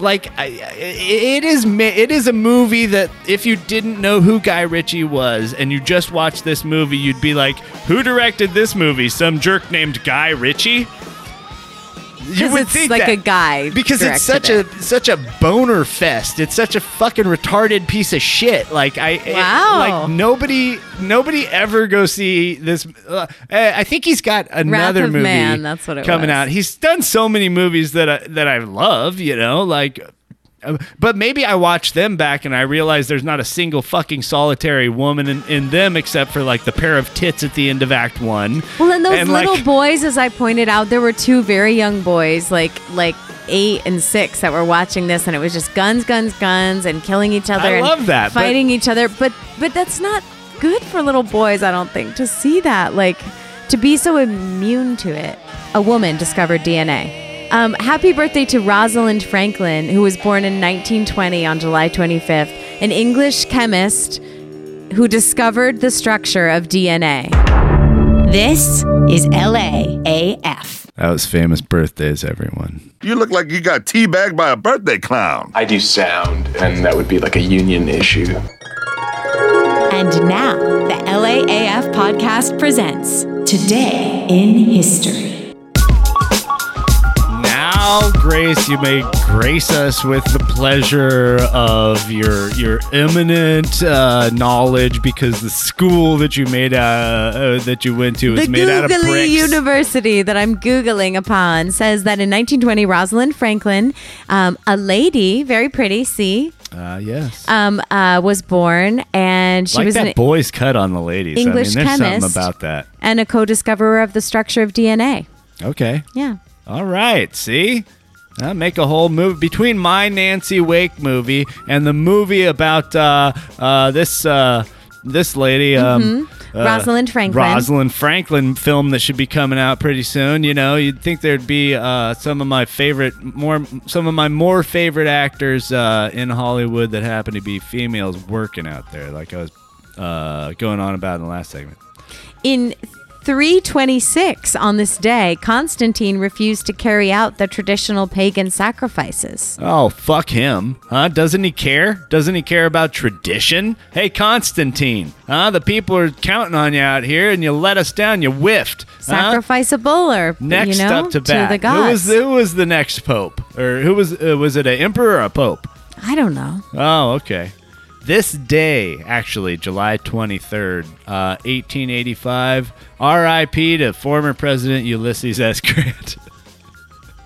like I, I- it is ma- it is a movie that if you didn't know who Guy Ritchie was and you just watched this movie, you'd be like, "Who directed this movie? Some jerk named Guy Ritchie?" You Because would it's think like that. a guy because it's such directed a such a boner fest. It's such a fucking retarded piece of shit. Like I it- Wow. like nobody nobody ever go see this. Uh, I think he's got another of movie Man, that's what it coming was. out. He's done so many movies that I, that I love. You know, like. uh, But maybe I watch them back and I realize there's not a single fucking solitary woman in, in them except for like the pair of tits at the end of Act One. Well, and those like, little boys, as I pointed out, there were two very young boys, like like eight and six, that were watching this, and it was just guns, guns, guns, and killing each other. I and love that, but- fighting each other. But but that's not good for little boys, I don't think, to see that. Like to be so immune to it. A woman discovered DNA. Um, happy birthday to Rosalind Franklin, who was born in 1920 on July 25th, an English chemist who discovered the structure of DNA. This is LAAF. That was famous birthdays, everyone. You look like you got teabagged by a birthday clown. I do sound, and that would be like a union issue. And now, the LAAF podcast presents Today in History. Now, Grace, you may grace us with the pleasure of your your eminent uh, knowledge because the school that you made uh, uh, that you went to is the made out of Googly bricks. University that I'm Googling upon says that in 1920, Rosalind Franklin, um, a lady, very pretty, see, uh, yes. um, uh, was born, and she like was that an, boy's cut on the ladies. English I mean, there's chemist. something about that. and a co-discoverer of the structure of DNA. Okay. Yeah. All right. See? i make a whole movie between my Nancy Wake movie and the movie about uh, uh, this uh, this lady, um, Mhm. Rosalind Franklin. Rosalind Franklin film that should be coming out pretty soon. You know, you'd think there'd be uh, some of my favorite, more some of my more favorite actors uh, in Hollywood that happen to be females working out there, like I was uh, going on about in the last segment. In 326 on this day, Constantine refused to carry out the traditional pagan sacrifices. Oh, fuck him. Huh? Doesn't he care? Doesn't he care about tradition? Hey, Constantine. Huh? The people are counting on you out here and you let us down. You whiffed. Huh? Sacrificeable or Uh-huh. Next you know, up to to bat. the who, was, gods. who was the next pope? Or who was, uh, was it an emperor or a pope? I don't know. Oh, okay. This day, actually, July 23rd, uh, 1885, RIP to former President Ulysses S. Grant.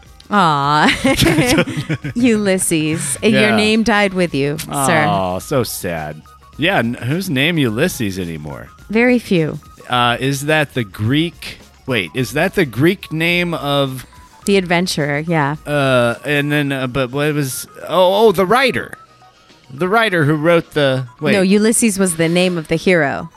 <laughs> Aw. Ulysses, Yeah. your name died with you, sir. Oh, so sad. Yeah, n- whose name Ulysses anymore? Very few. uh, is that the Greek? Wait, is that the Greek name of? The adventurer, yeah. Uh, and then, uh, but what was? Oh, oh, the writer, the writer who wrote the. Wait, No, Ulysses was the name of the hero.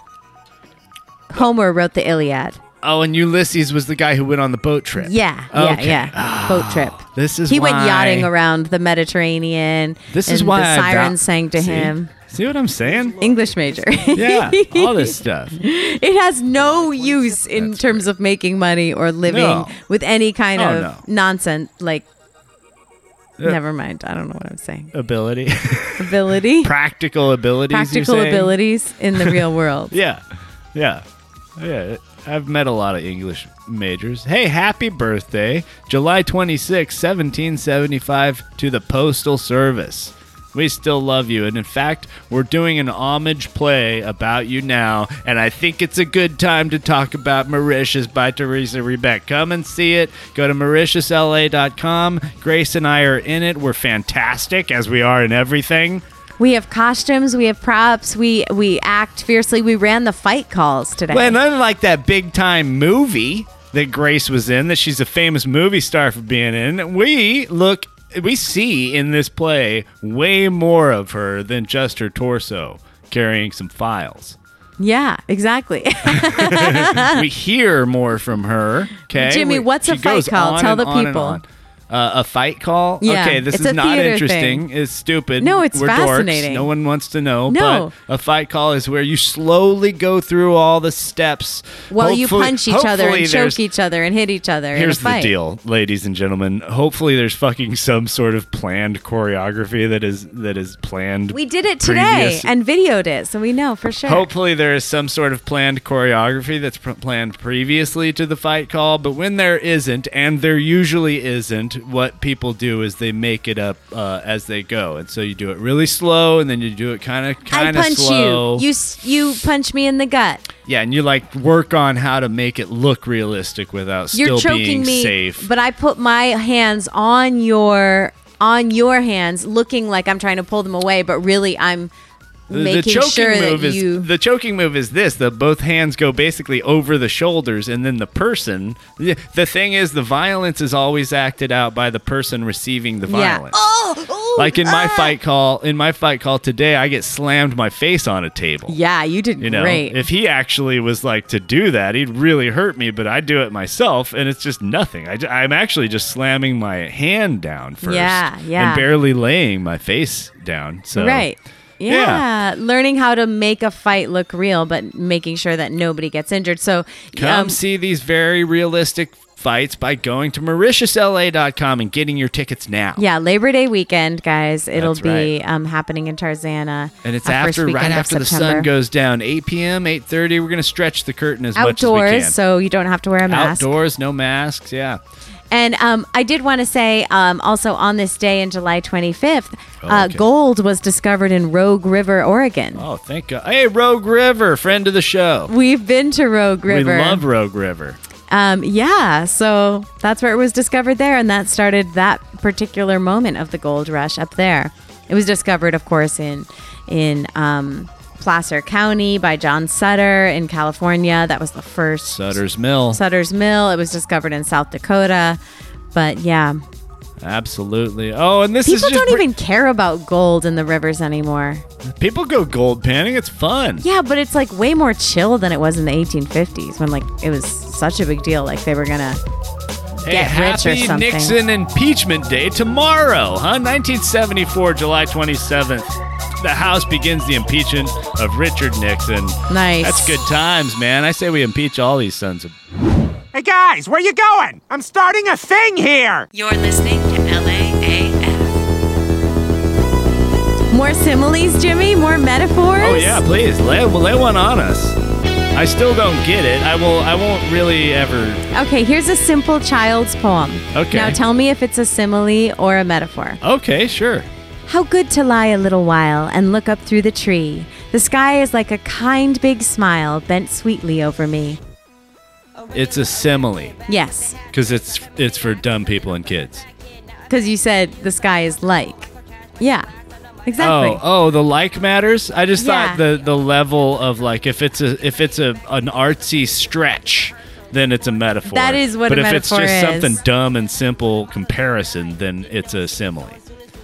Homer wrote the Iliad. oh, and Ulysses was the guy who went on the boat trip. Yeah, yeah, Okay. yeah. Ah, Boat trip. This is he went why- yachting around the Mediterranean. This is and why the I siren val- sang to See? him. See what I'm saying? English major. <laughs> Yeah, all this stuff. it has no use in terms of making money or living No. with any kind Oh, of no. nonsense. Like, Yeah. never mind. I don't know what I'm saying. Ability, Ability, <laughs> practical abilities, you're practical saying? abilities in the real world. <laughs> Yeah, yeah, yeah. I've met a lot of English majors. Hey, happy birthday, July 26, 1775, to the Postal Service. We still love you, and in fact, we're doing an homage play about you now, and I think it's a good time to talk about Mauritius by Teresa Rebeck. Come and see it. Go to mauritiusla.com. Grace and I are in it. We're fantastic, as we are in everything. We have costumes. We have props. We we act fiercely. We ran the fight calls today. Well, and unlike that big time movie that Grace was in, that she's a famous movie star for being in, we look, we see in this play way more of her than just her torso carrying some files. yeah, exactly. <laughs> <laughs> we hear more from her. Okay, Jimmy, We- what's a she fight goes call? on Tell and the on and people. on. Uh, a fight call? Yeah, okay, this it's is a not theater thing. interesting. It's stupid. No, it's We're dorks. fascinating. No one wants to know. No. But a fight call is where you slowly go through all the steps Well, you Hopefully- punch each other hopefully and there's- choke each other and hit each other. Here's in a fight. the deal, ladies and gentlemen. Hopefully, there's fucking some sort of planned choreography that is that is planned. We did it today previous- and videoed it, so we know <laughs> for sure. Hopefully, there is some sort of planned choreography that's pr- planned previously to the fight call. But when there isn't, and there usually isn't, what people do is they make it up uh, as they go. And so you do it really slow, and then you do it kind of I kind of punch slow. you. You s- you punch me in the gut. yeah, and you like work on how to make it look realistic without You're still choking being me, safe. but I put my hands on your on your hands, looking like I'm trying to pull them away, but really I'm making sure move that is you. the choking move is this the both hands go basically over the shoulders and then the person the the thing is the violence is always acted out by the person receiving the Yeah. violence Oh, Like in my fight call, in my fight call today, I get slammed my face on a table. Yeah, you did You know, great. if he actually was like to do that, he'd really hurt me, but I do it myself and it's just nothing. I, am actually just slamming my hand down first. Yeah, yeah. And barely laying my face down. So, right. yeah. Yeah. Learning how to make a fight look real, but making sure that nobody gets injured. So, Come um, see these very realistic fights by going to mauritiusla.com and getting your tickets now. yeah, Labor Day weekend, guys. It'll That's be right. um, happening in Tarzana. And it's uh, first after right weekend of after the sun September. goes down, 8 p.m., 8:30. We're gonna stretch the curtain as much as we Outdoors, can. so you don't have to wear a mask. Outdoors, no masks. Yeah. And um, I did want to say um, also on this day in July 25th, Oh, uh, okay. gold was discovered in Rogue River, Oregon. Oh, thank God. Hey, Rogue River, friend of the show. We've been to Rogue River. We love Rogue River. Um, yeah, so that's where it was discovered there, and that started that particular moment of the gold rush up there. It was discovered, of course, in in um, Placer County by John Sutter in California. That was the first Sutter's Mill. Sutter's Mill. It was discovered in South Dakota, but yeah, Absolutely. Oh, and this people is just don't even care about gold in the rivers anymore. people go gold panning. It's fun. Yeah, but it's like way more chill than it was in the 1850s when like it was such a big deal. Like they were gonna Hey, get rich or happy something. Nixon impeachment day tomorrow, huh? 1974, July 27th. The House begins the impeachment of Richard Nixon. Nice. That's good times, man. I say we impeach all these sons of. Hey guys, where you going? I'm starting a thing here. You're listening to LAAF. More similes, Jimmy. More metaphors. Oh yeah, please lay, lay one on us. I still don't get it. I will. I won't really ever. Okay, here's a simple child's poem. Okay. Now tell me if it's a simile or a metaphor. Okay, sure. How good to lie a little while and look up through the tree. The sky is like a kind big smile bent sweetly over me. It's a simile Yes, because it's it's for dumb people and kids. because you said the sky is like. Yeah, exactly. Oh, oh, the like matters. I just Yeah. thought the the level of like if it's a if it's a an artsy stretch, then it's a metaphor. That is what But a if it's metaphor just is. something dumb and simple comparison, then it's a simile.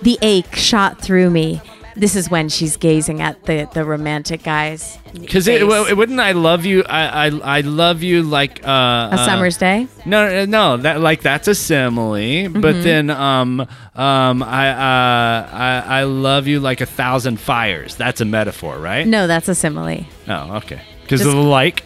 The ache shot through me. This is when she's gazing at the, the romantic guys. Because it, well, it wouldn't I love you? I I, I love you like uh, a summer's day. No, no, no, that like that's a simile. But Mhm. then, um, um, I, uh, I, I love you like a thousand fires. That's a metaphor, right? No, that's a simile. Oh, okay. Because Mm. Just- of the like.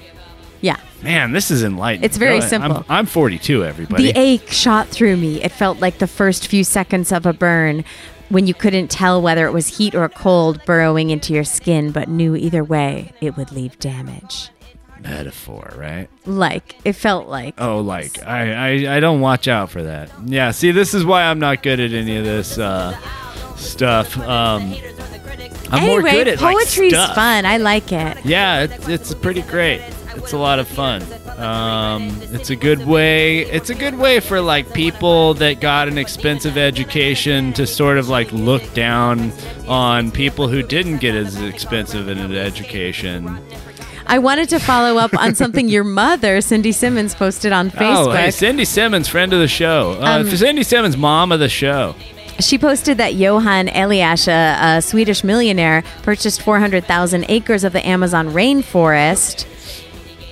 Yeah. Man, this is enlightening. It's very Go ahead. I'm, simple. I'm 42, everybody. The ache shot through me. It felt like the first few seconds of a burn when you couldn't tell whether it was heat or cold burrowing into your skin, but knew either way it would leave damage. metaphor, right? Like, it felt like. Oh, like I, I, I don't watch out for that. Yeah. See, this is why I'm not good at any of this uh, stuff. Um, I'm more anyway, good at like, poetry's stuff. fun. I like it. Yeah, it's, it's pretty great. It's a lot of fun. Um, it's a good way. It's a good way for like people that got an expensive education to sort of like look down on people who didn't get as expensive an education. I wanted to follow up on something your mother, Cindy Simmons, posted on Facebook. Oh, hey, Cindy Simmons, friend of the show. Uh, Um, Cindy Simmons, mom of the show. She posted that Johan Eliash, a, a Swedish millionaire, purchased 400,000 acres of the Amazon rainforest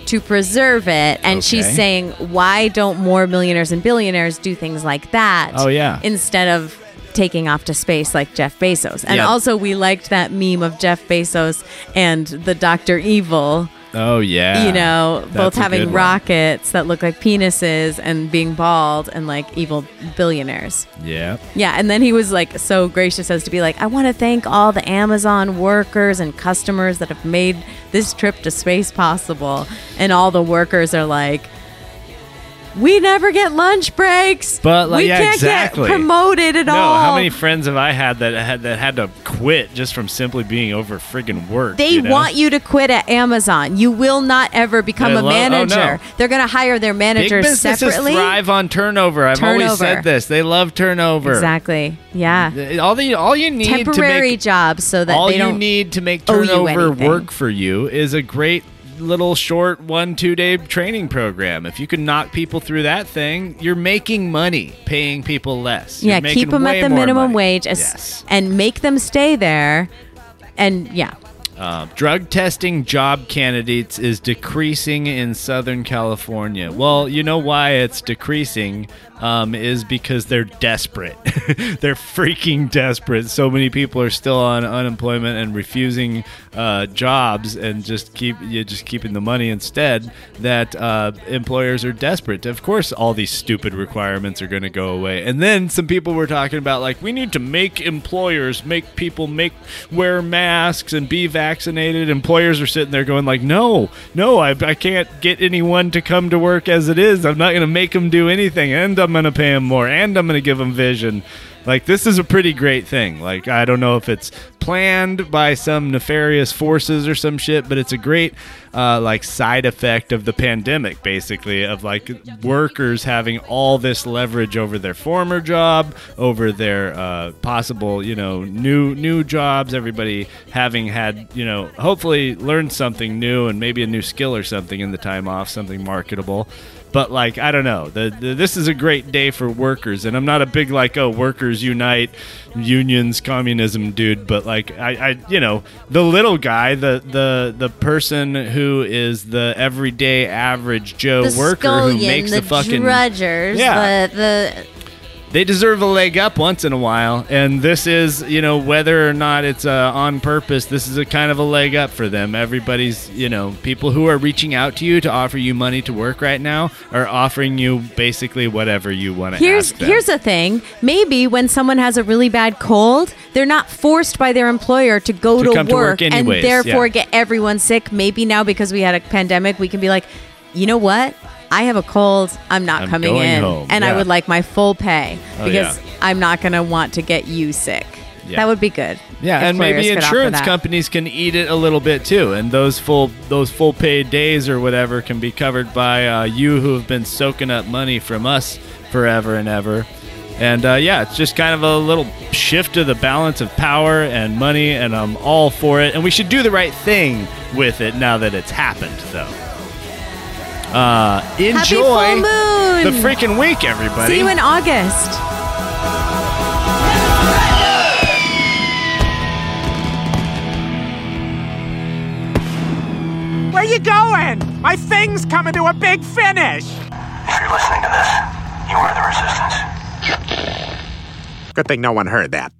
to preserve it. And she's Okay. saying, why don't more millionaires and billionaires do things like that? Oh, yeah. Instead of taking off to space like Jeff Bezos. And Yeah. also, we liked that meme of Jeff Bezos and the Dr. Evil. Oh yeah. You know, both That's a good having one. rockets that look like penises and being bald and like evil billionaires. Yeah. Yeah, and then he was like so gracious as to be like, I want to thank all the Amazon workers and customers that have made this trip to space possible. And all the workers are like, we never get lunch breaks. But like, we yeah, can't exactly. get promoted at no, all. how many friends have I had that had that had to quit just from simply being over friggin' work? they you know? want you to quit at Amazon. You will not ever become They a love- oh, no. manager. They're going to hire their managers Big businesses separately. thrive on turnover. I've always Turnover. said this. They love turnover. Exactly. Yeah. All the all you need temporary to make jobs so that all they you don't need to make owe you turnover anything. work for you is a great little short one, two day training program. If you can knock people through that thing, you're making money paying people less. You're yeah, making keep them way at the more minimum money. wage as, and make them stay there. And yeah, Uh, drug testing job candidates is decreasing in Southern California. Well, you know why it's decreasing um, is because they're desperate. <laughs> they're freaking desperate. So many people are still on unemployment and refusing uh, jobs, and just keep you just keeping the money instead. That uh, employers are desperate. Of course, all these stupid requirements are going to go away. And then some people were talking about like we need to make employers make people make wear masks and be vaccinated. Employers are sitting there going like, no, no, I, I can't get anyone to come to work as it is. I'm not going to make them do anything, and I'm going to pay them more, and I'm going to give them vision. Like this is a pretty great thing. Like I don't know if it's planned by some nefarious forces or some shit, but it's a great uh, like side effect of the pandemic, basically, of like workers having all this leverage over their former job, over their uh, possible you know new new jobs. Everybody having had you know hopefully learned something new and maybe a new skill or something in the time off, something marketable but like I don't know. The, the, this is a great day for workers, and I'm not a big like oh workers unite, unions, communism dude. But like I, I you know the little guy, the the the person who is the everyday average Joe the worker scullion, who makes the, the, fucking drudgers, Yeah. the the they deserve a leg up once in a while, and this is, you know, whether or not it's uh, on purpose, this is a kind of a leg up for them. Everybody's, you know, people who are reaching out to you to offer you money to work right now are offering you basically whatever you want to Here's ask them. here's the thing. Maybe when someone has a really bad cold, they're not forced by their employer to go To to, come work, to work and anyways, therefore yeah. get everyone sick. Maybe now because we had a pandemic, we can be like, you know what? I have a cold. I'm not I'm coming going in, home." and I Yeah. would like my full pay Oh, because yeah. I'm not going to want to get you sick. Yeah. That would be good. Yeah, Employers and maybe could offer insurance that. companies can eat it a little bit too, and those full those full paid days or whatever can be covered by uh, you who have been soaking up money from us forever and ever. And uh, yeah, it's just kind of a little shift of the balance of power and money, and I'm all for it. And we should do the right thing with it now that it's happened, though. Uh, enjoy full moon! the freaking week, everybody. See you in August. Where you going? My thing's coming to a big finish. Listening to this, you are the resistance. Good thing no one heard that.